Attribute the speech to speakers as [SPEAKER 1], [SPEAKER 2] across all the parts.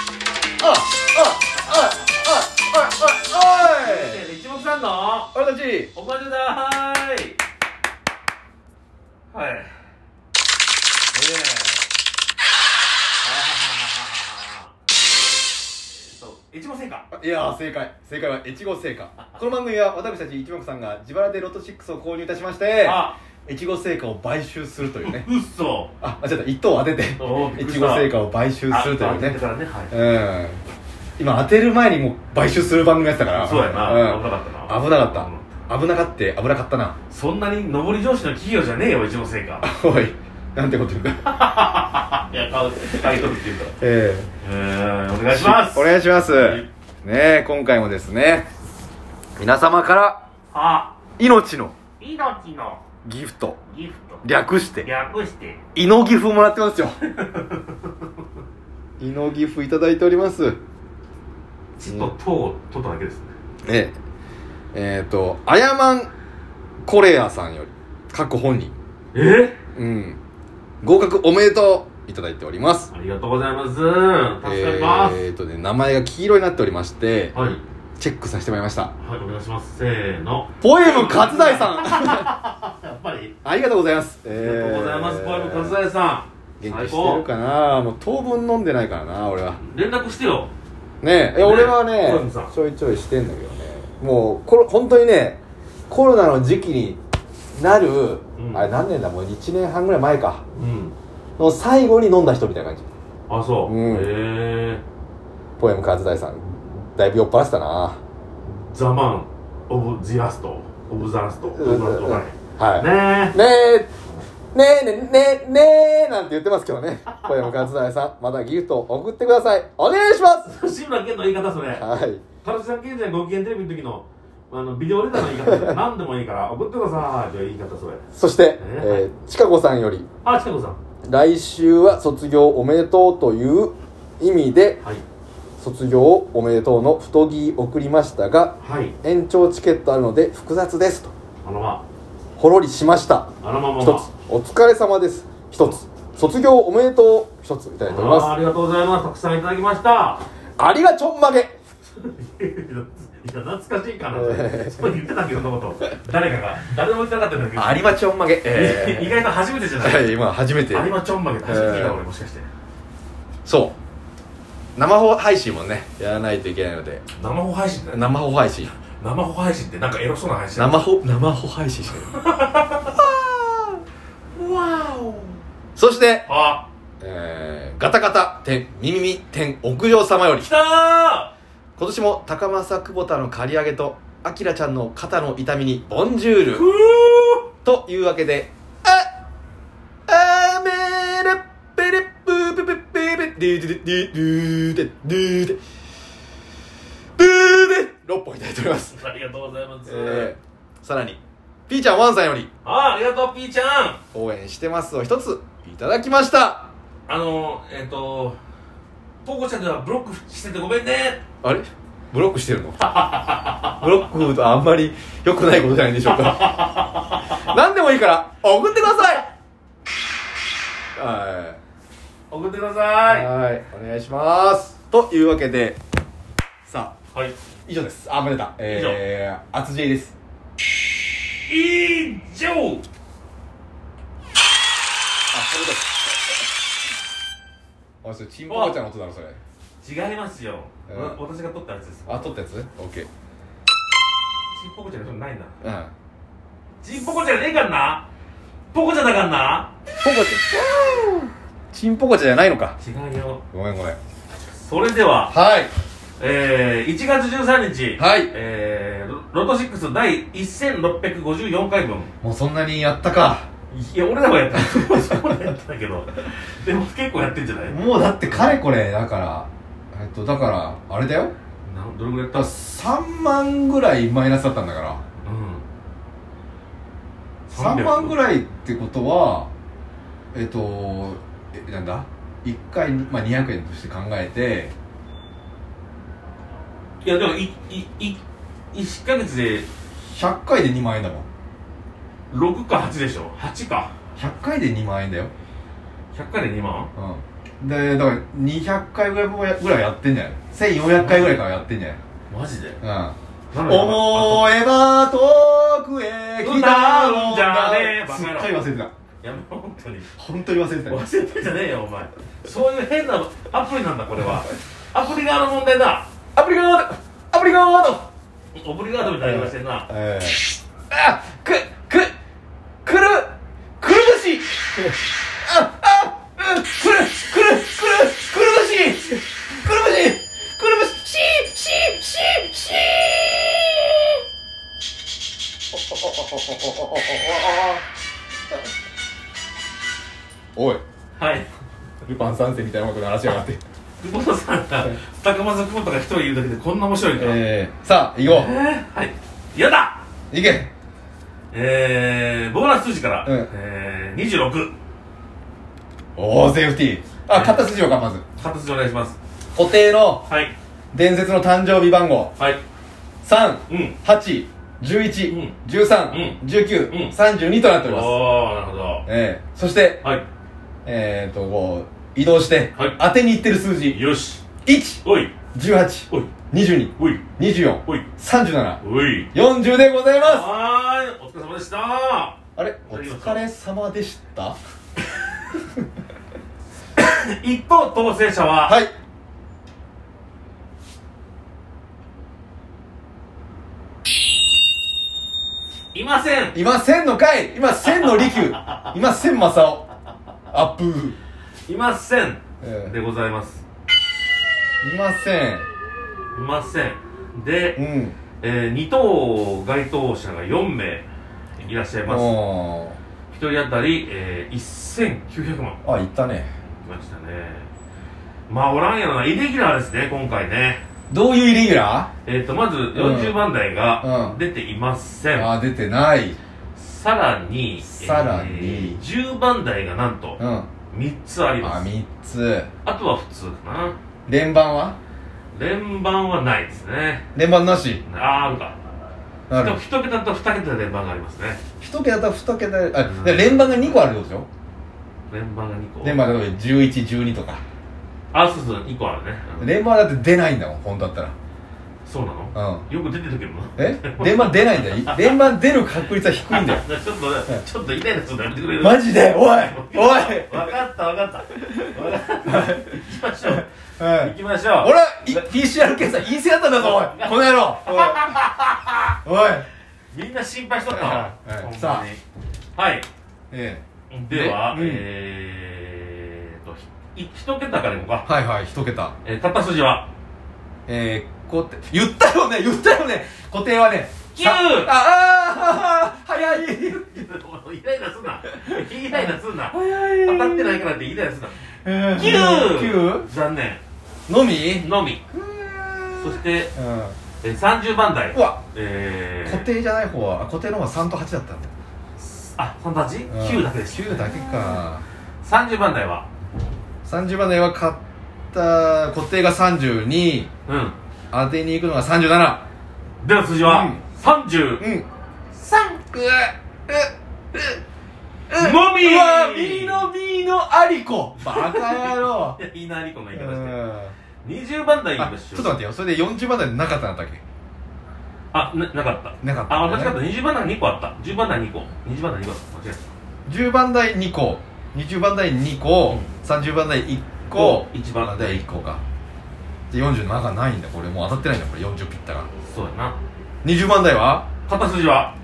[SPEAKER 1] ああああああおい
[SPEAKER 2] 一目散の
[SPEAKER 1] 俺たち
[SPEAKER 2] おまじだーいはいええそう一目散か
[SPEAKER 1] いやー正解正解は越後製菓この番組は私たち一目さんが自腹でロト6を購入いたしまして
[SPEAKER 2] あ
[SPEAKER 1] 越後製菓を買収するというね
[SPEAKER 2] うっそ
[SPEAKER 1] ああちょっと一等当てて
[SPEAKER 2] おー
[SPEAKER 1] 越後製菓を買収するという
[SPEAKER 2] ああ言
[SPEAKER 1] ね
[SPEAKER 2] ってたらねはい
[SPEAKER 1] うん今当てる前にもう買収する番組やってたから
[SPEAKER 2] そうやな、
[SPEAKER 1] ん
[SPEAKER 2] 危なかったな
[SPEAKER 1] 危なかった危なかって危なかったな
[SPEAKER 2] そんなに上り上司の企業じゃねえよ一目散か
[SPEAKER 1] おいなんてこと言うんだ
[SPEAKER 2] いや買う買い取るって言うから
[SPEAKER 1] え
[SPEAKER 2] えー、お
[SPEAKER 1] え
[SPEAKER 2] 願いします
[SPEAKER 1] お願いします
[SPEAKER 2] はい
[SPEAKER 1] ねえ今回もですね皆様から
[SPEAKER 2] あ
[SPEAKER 1] 命の
[SPEAKER 2] 命の
[SPEAKER 1] ギフト
[SPEAKER 2] ギフト
[SPEAKER 1] 略して
[SPEAKER 2] 略して
[SPEAKER 1] 胃のギフもらってますよ 胃のギフいただいております
[SPEAKER 2] ちょっと糖を取っただけですね
[SPEAKER 1] えええー、とあやまんコレアさんより各本人
[SPEAKER 2] え
[SPEAKER 1] うん合格おめでとういただいております
[SPEAKER 2] ありがとうございます助かります、
[SPEAKER 1] えー、とね名前が黄色になっておりまして
[SPEAKER 2] はい
[SPEAKER 1] チェックさせてもらいました
[SPEAKER 2] はいお願いしますせーの
[SPEAKER 1] ポエム勝大さん
[SPEAKER 2] やっぱり
[SPEAKER 1] ありがとうございますあ
[SPEAKER 2] あ
[SPEAKER 1] り
[SPEAKER 2] りがとうございます、ポエムカズダイさん
[SPEAKER 1] 元気してるかなもう当分飲んでないからな俺は
[SPEAKER 2] 最高連絡してよ
[SPEAKER 1] ねえ、
[SPEAKER 2] ね
[SPEAKER 1] 俺はね
[SPEAKER 2] コロナさん
[SPEAKER 1] ちょいちょいしてんだけどねもうコロ本当にねコロナの時期になる、
[SPEAKER 2] うん
[SPEAKER 1] あれ何年だもう1年半ぐらい前か
[SPEAKER 2] うん
[SPEAKER 1] の最後に飲んだ人みたいな感じ
[SPEAKER 2] あそう、
[SPEAKER 1] うん
[SPEAKER 2] へえ
[SPEAKER 1] ポエム勝大さんだいぶ酔っ払ってたな
[SPEAKER 2] ザマンオブジラストオブザラストオブザラストかね
[SPEAKER 1] はいね
[SPEAKER 2] ね
[SPEAKER 1] えねえねえねえねえなんて言ってますけどねポエム勝大さんまたギフトを送ってくださいお願いします
[SPEAKER 2] え志村けんの言い方それ
[SPEAKER 1] はい
[SPEAKER 2] 田中さん健ちゃんご機嫌テレビの時のあのビデオレターの言い方何でもいいから送ってくださいという言い方それ
[SPEAKER 1] そして、
[SPEAKER 2] え
[SPEAKER 1] えー、ちかこさんより
[SPEAKER 2] あちかこさん
[SPEAKER 1] 来週は卒業おめでとうという意味で
[SPEAKER 2] はい
[SPEAKER 1] 卒業おめでとうの太着送りましたが
[SPEAKER 2] はい
[SPEAKER 1] 延長チケットあるので複雑ですと
[SPEAKER 2] あのま
[SPEAKER 1] ほろりしました
[SPEAKER 2] あのまま
[SPEAKER 1] 一つお疲れ様です一つ卒業おめでとう一ついただいており
[SPEAKER 2] あーあ
[SPEAKER 1] ます
[SPEAKER 2] りがとうございますたくさんいただきました
[SPEAKER 1] ありがちょんまげ
[SPEAKER 2] いや懐かしいかなそう言ってたけどそのこと誰かが誰でも言ってなかったんだけど
[SPEAKER 1] りまちょんまげ
[SPEAKER 2] 意外と初めてじゃない
[SPEAKER 1] い 今初めて
[SPEAKER 2] 有馬ちょんまげって初めて聞い
[SPEAKER 1] え
[SPEAKER 2] た
[SPEAKER 1] ー
[SPEAKER 2] 俺もしかして
[SPEAKER 1] そう生放配信もねやらないといけないので
[SPEAKER 2] 生放配信だよ
[SPEAKER 1] 生放配信
[SPEAKER 2] 生放配信ってなんかエロそうな配信
[SPEAKER 1] 放生放配信してる
[SPEAKER 2] わお
[SPEAKER 1] そして
[SPEAKER 2] あ
[SPEAKER 1] えーガタガタ天ミミミ天屋上様より
[SPEAKER 2] 来たー
[SPEAKER 1] 今年も高政久保田の刈り上げとアキラちゃんの肩の痛みにボンジュー
[SPEAKER 2] ふ
[SPEAKER 1] ル
[SPEAKER 2] う
[SPEAKER 1] というわけでああめれぺれぷーぺぺぺぺででででででででで6本いただいております、
[SPEAKER 2] ありがとうございます、
[SPEAKER 1] えー、さらにピーちゃんワンさんより
[SPEAKER 2] あありがとうピーちゃん
[SPEAKER 1] 応援してますを一ついただきました
[SPEAKER 2] あのえっ、とポコちゃんではブロックしててごめんね
[SPEAKER 1] あれブロックしてるのブロックとあんまり良くないことじゃないでしょうか何でもいいから送ってくださいは
[SPEAKER 2] 送ってくだ
[SPEAKER 1] い
[SPEAKER 2] さ
[SPEAKER 1] はいお願いしますというわけでさあ
[SPEAKER 2] いはい
[SPEAKER 1] 以上ですあ間違えたえー厚 J です
[SPEAKER 2] 以上
[SPEAKER 1] あそういうことあそれチンポコちゃんの音だろそれ
[SPEAKER 2] 違いますよ、
[SPEAKER 1] えー
[SPEAKER 2] わ私が撮ったやつです
[SPEAKER 1] あ撮ったやつ ?OK
[SPEAKER 2] ちんぽこちゃんの人ない
[SPEAKER 1] う
[SPEAKER 2] な
[SPEAKER 1] ん
[SPEAKER 2] ちんぽこちゃんねえかんなぽこちゃんだかんな
[SPEAKER 1] ポコちゃんチンポコちゃんじゃないのか
[SPEAKER 2] 違うよ
[SPEAKER 1] ごめんごめん
[SPEAKER 2] それでは
[SPEAKER 1] はい
[SPEAKER 2] えー、1月13日
[SPEAKER 1] はい
[SPEAKER 2] えー、ロロト6第1654回分
[SPEAKER 1] もうそんなにやったか
[SPEAKER 2] いや俺らはやった俺らはやったけどでも結構やってんじゃない
[SPEAKER 1] もうだってかれこれだからえっとだからあれだよ
[SPEAKER 2] などれぐらい
[SPEAKER 1] だか
[SPEAKER 2] や
[SPEAKER 1] ら
[SPEAKER 2] った
[SPEAKER 1] 3万ぐらいマイナスだったんだから
[SPEAKER 2] うん
[SPEAKER 1] 3万ぐ
[SPEAKER 2] い
[SPEAKER 1] らいってことはえっとえなんだ1回、まあ、200円として考えて
[SPEAKER 2] いやでもいいい1ヶ月で
[SPEAKER 1] 100回で2万円だもん
[SPEAKER 2] 6か8でしょ8か
[SPEAKER 1] 100回で2万円だよ
[SPEAKER 2] 100回で2万
[SPEAKER 1] うでだから200回ぐらいもやぐらいやってんじゃない1400回ぐらいからやってんじゃ
[SPEAKER 2] マジで
[SPEAKER 1] ない、
[SPEAKER 2] な
[SPEAKER 1] うんん、
[SPEAKER 2] だよ
[SPEAKER 1] 思えば遠くへ来たもんだ
[SPEAKER 2] 歌うん
[SPEAKER 1] す
[SPEAKER 2] じ
[SPEAKER 1] っ
[SPEAKER 2] ゃねえ
[SPEAKER 1] かり忘れてた
[SPEAKER 2] いやもう本当に
[SPEAKER 1] 本当に忘れてた
[SPEAKER 2] 忘れてんじゃねえよお前そういう変なアプリなんだこれはアプリ側の問題だ
[SPEAKER 3] アプリガードアプリガード
[SPEAKER 2] オブリガードみたいな言い方してんな
[SPEAKER 1] ええ
[SPEAKER 3] あくくくるくるぶしああうんくるくるくるくるぶしくるぶしくるぶししししし
[SPEAKER 1] おい
[SPEAKER 2] はい
[SPEAKER 1] ルパン三世みたいなことの話しやがって
[SPEAKER 2] 久保田さんが高松久保田が一人いるだけでこんな面白いからえ
[SPEAKER 1] ええさあ行こ
[SPEAKER 2] ーはいやだ
[SPEAKER 1] う行け
[SPEAKER 2] えーボーナス数字から、
[SPEAKER 1] うん
[SPEAKER 2] えー、26
[SPEAKER 1] おおセーフティーあ買った筋をかまず
[SPEAKER 2] 形でお願いします
[SPEAKER 1] 固定の
[SPEAKER 2] はい
[SPEAKER 1] 伝説の誕生日番号
[SPEAKER 2] はい
[SPEAKER 1] 3
[SPEAKER 2] うん
[SPEAKER 1] 8
[SPEAKER 2] うん
[SPEAKER 1] 11、
[SPEAKER 2] う
[SPEAKER 1] 13、19、
[SPEAKER 2] うん
[SPEAKER 1] 32となっております。
[SPEAKER 2] おーなるほどは
[SPEAKER 1] ええそして、えっ、と、こう、移動して、
[SPEAKER 2] はい
[SPEAKER 1] 当てにいってる数
[SPEAKER 2] い
[SPEAKER 1] 字、
[SPEAKER 2] よし
[SPEAKER 1] 1、
[SPEAKER 2] おい
[SPEAKER 1] 18、
[SPEAKER 2] おい
[SPEAKER 1] 22、
[SPEAKER 2] おい
[SPEAKER 1] 24、
[SPEAKER 2] おい
[SPEAKER 1] 37、
[SPEAKER 2] おい
[SPEAKER 1] 40でございます
[SPEAKER 2] はーいお疲れ様でした
[SPEAKER 1] あれお疲れ様でした
[SPEAKER 2] 一等当選者は、
[SPEAKER 1] はい。
[SPEAKER 2] い、ません
[SPEAKER 1] 今、千の回今、千の利休今、千正雄アップー。
[SPEAKER 2] いません
[SPEAKER 1] え
[SPEAKER 2] でございます
[SPEAKER 1] えいません。
[SPEAKER 2] いませんで、
[SPEAKER 1] うん。
[SPEAKER 2] えー、2等該当者が4名いらっしゃいます
[SPEAKER 1] も
[SPEAKER 2] 一人当たり、えー、1900万
[SPEAKER 1] う、あ、行ったね。
[SPEAKER 2] 来ましたねまあおらんやろなイレギュラーですね今回ね
[SPEAKER 1] どういうイレギュラ
[SPEAKER 2] えっ、とまず40番台
[SPEAKER 1] う
[SPEAKER 2] が
[SPEAKER 1] ん
[SPEAKER 2] 出ていません、
[SPEAKER 1] ーあ、出てない。
[SPEAKER 2] さらに
[SPEAKER 1] さらに
[SPEAKER 2] えー10番台がなんと
[SPEAKER 1] うん。あ、
[SPEAKER 2] 3つあります
[SPEAKER 1] 3つ。
[SPEAKER 2] あとは普通かな
[SPEAKER 1] 連番は
[SPEAKER 2] 連番はないですね
[SPEAKER 1] 連番なし
[SPEAKER 2] あああるか
[SPEAKER 1] なる
[SPEAKER 2] 一一桁と二桁で連番がありますね
[SPEAKER 1] 一桁と二桁あ
[SPEAKER 2] うん
[SPEAKER 1] で連番が2個あるってことでしょ
[SPEAKER 2] 連番が2個
[SPEAKER 1] 連番が例えば1112とか
[SPEAKER 2] あそうそう2個あるね、うん
[SPEAKER 1] 連番だって出ないんだもん本当だっ
[SPEAKER 2] そうなの
[SPEAKER 1] たらうん
[SPEAKER 2] よく出てるけどな
[SPEAKER 1] え連番出ないんだよ い連番出る確率は低いんだよ
[SPEAKER 2] ちょっとねちょっとイライラするのやめてくれる
[SPEAKER 1] マジでおいおい
[SPEAKER 2] わかったわかったわかった行きましょう
[SPEAKER 1] は
[SPEAKER 2] 行
[SPEAKER 1] い
[SPEAKER 2] きましょう
[SPEAKER 1] 俺い PCR 検査陰性だったんだぞおいこの野郎おいおい
[SPEAKER 2] みんな心配しとったわ
[SPEAKER 1] はいはい
[SPEAKER 2] ほんまに
[SPEAKER 1] さ
[SPEAKER 2] はい
[SPEAKER 1] え
[SPEAKER 2] では
[SPEAKER 1] でうん
[SPEAKER 2] えーっとひい一桁からいこう
[SPEAKER 1] え
[SPEAKER 2] か
[SPEAKER 1] はいはい一桁
[SPEAKER 2] えー片筋は
[SPEAKER 1] えー、こて言ったよね言ったよね固定はね
[SPEAKER 2] 九
[SPEAKER 1] さああー早い
[SPEAKER 2] イライラすんなイライラすんな
[SPEAKER 1] 早い
[SPEAKER 2] 当たってないからってイライラすんな
[SPEAKER 1] 九
[SPEAKER 2] 9残念
[SPEAKER 1] のみ
[SPEAKER 2] のみ
[SPEAKER 1] う
[SPEAKER 2] そして
[SPEAKER 1] ん
[SPEAKER 2] えー30番台
[SPEAKER 1] うわ
[SPEAKER 2] えー
[SPEAKER 1] 固定じゃない方はあ固定の方は三と八だったんだ
[SPEAKER 2] あ三3八9だけです
[SPEAKER 1] 九だけか
[SPEAKER 2] 30番台は
[SPEAKER 1] 三十番台は買った固定が三十二
[SPEAKER 2] うん
[SPEAKER 1] 当てに行くのが三十七
[SPEAKER 2] での数字は、
[SPEAKER 1] うん
[SPEAKER 2] 30
[SPEAKER 1] うん
[SPEAKER 3] 三
[SPEAKER 1] うわ
[SPEAKER 2] のみ
[SPEAKER 1] うわ右の B のアリコバカ野郎
[SPEAKER 2] いやいいなリコの
[SPEAKER 1] う
[SPEAKER 2] 言い方して
[SPEAKER 1] ん
[SPEAKER 2] 20番台いき
[SPEAKER 1] あ
[SPEAKER 2] ま
[SPEAKER 1] ち
[SPEAKER 2] し
[SPEAKER 1] ょっ
[SPEAKER 2] ょ
[SPEAKER 1] と
[SPEAKER 2] う
[SPEAKER 1] 待ってよそれで40番台なかったんだっけ
[SPEAKER 2] あななかった
[SPEAKER 1] なかった
[SPEAKER 2] あ間違った20番台2個あった10番台2個20番台2個あった間違え
[SPEAKER 1] 10番台2個20番台2個、30番台1個
[SPEAKER 2] うん一番
[SPEAKER 1] 台1個かで47がないんだこれもう当たってないんだこれ40ピッタが
[SPEAKER 2] たそうやな
[SPEAKER 1] 20番台は
[SPEAKER 2] 片筋は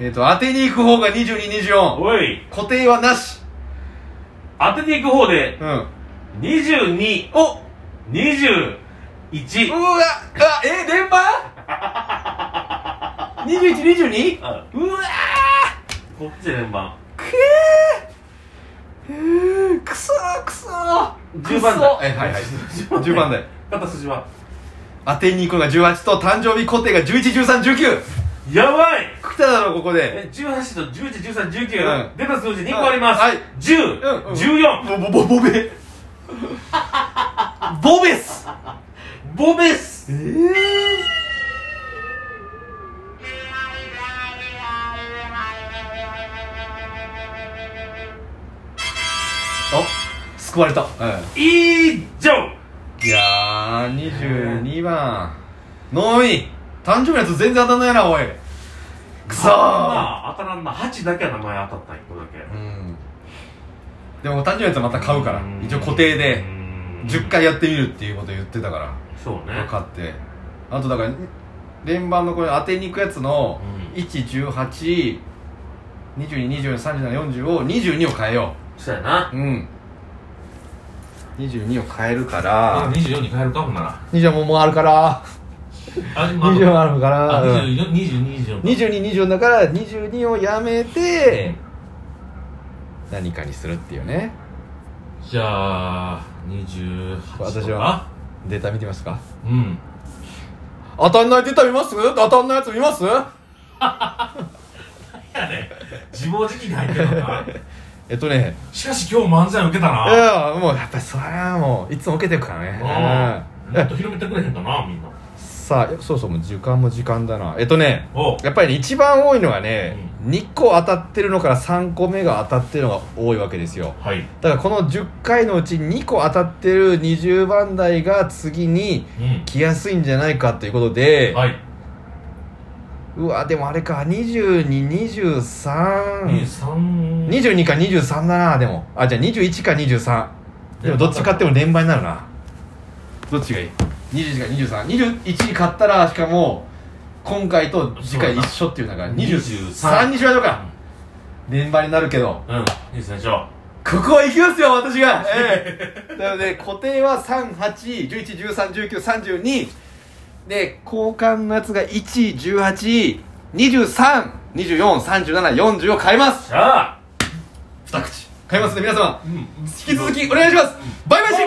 [SPEAKER 1] えっ、と当てに行く方が2224
[SPEAKER 2] おい
[SPEAKER 1] 固定はなし
[SPEAKER 2] 当てていく方で
[SPEAKER 1] うん
[SPEAKER 2] 2221
[SPEAKER 1] おうわあえー、連 番 2122?
[SPEAKER 2] あ
[SPEAKER 1] うわ
[SPEAKER 2] こっちで連番
[SPEAKER 1] ーくえーうーくそーくそー
[SPEAKER 2] 10番台
[SPEAKER 1] えはいはい
[SPEAKER 2] 10
[SPEAKER 1] 10番台
[SPEAKER 2] 片筋は
[SPEAKER 1] 当てに行くのが18と誕生日固定が111319
[SPEAKER 2] やばい
[SPEAKER 1] 来ただろここで
[SPEAKER 2] え18と111319、
[SPEAKER 1] うん
[SPEAKER 2] 出た数字2個あります、
[SPEAKER 1] はいうんうんボ
[SPEAKER 2] 1014
[SPEAKER 1] ボボボベボベス
[SPEAKER 2] ボベス
[SPEAKER 1] ええお救われた、うん、
[SPEAKER 2] 以上
[SPEAKER 1] いやー22番のみ誕生日のやつ全然当たんないなおいくそー
[SPEAKER 2] まあ当たらんな8だけは名前当たった1個だけ
[SPEAKER 1] うんでも誕生日のやつはまた買うから
[SPEAKER 2] うん
[SPEAKER 1] 一応固定で
[SPEAKER 2] うん
[SPEAKER 1] 10回やってみるっていうこと言ってたから
[SPEAKER 2] そうね
[SPEAKER 1] 買ってあとだから連番のこれ当てに行くやつの
[SPEAKER 2] うん
[SPEAKER 1] 118222430を22を変えよ
[SPEAKER 2] そうやな
[SPEAKER 1] ううん22を変えるから
[SPEAKER 2] 24に変えるかもな
[SPEAKER 1] 20ももうあるから
[SPEAKER 2] あ、まあ
[SPEAKER 1] 20もあるか
[SPEAKER 2] あ
[SPEAKER 1] らうん
[SPEAKER 2] 24 22 24
[SPEAKER 1] 2224だから22をやめて何かにするっていうね
[SPEAKER 2] じゃあ28とか
[SPEAKER 1] 私はデータ見てみますか
[SPEAKER 2] うん
[SPEAKER 1] 当たんないデータ見ます当たんないやつ見ます
[SPEAKER 2] やね自暴自棄に入ってるのか
[SPEAKER 1] えっとね
[SPEAKER 2] しかし今日漫才受けた
[SPEAKER 1] い
[SPEAKER 2] な
[SPEAKER 1] やもうやっぱりそれはもういつも受けてるからね
[SPEAKER 2] うんもっと広めてくれへんかなみんな
[SPEAKER 1] さあそうそうもう時間も時間だなえっとね
[SPEAKER 2] おう
[SPEAKER 1] やっぱりね一番多いのがね、2個当たってるのから3個目が当たってるのが多いわけですよ
[SPEAKER 2] はい
[SPEAKER 1] だからこの10回のうち2個当たってる20番台が次に
[SPEAKER 2] うん
[SPEAKER 1] 来やすいんじゃないかということで、
[SPEAKER 2] はいう
[SPEAKER 1] わでもあれか222322
[SPEAKER 2] 23
[SPEAKER 1] か23だなでもあじゃあ21か23でもどっち買っても連番になるなどっちがいい21か2321買ったらしかも今回と次回一緒っていうのが23にしましょうか連番になるけど
[SPEAKER 2] うんいいですねじゃあ
[SPEAKER 1] ここは行きますよ私が、ええ、なので固定は3811131932で交換のやつが11823243740を変えます
[SPEAKER 2] じゃあ
[SPEAKER 1] 二口変えますね皆様
[SPEAKER 2] うん
[SPEAKER 1] 引き続きお願いしますバイバイシックス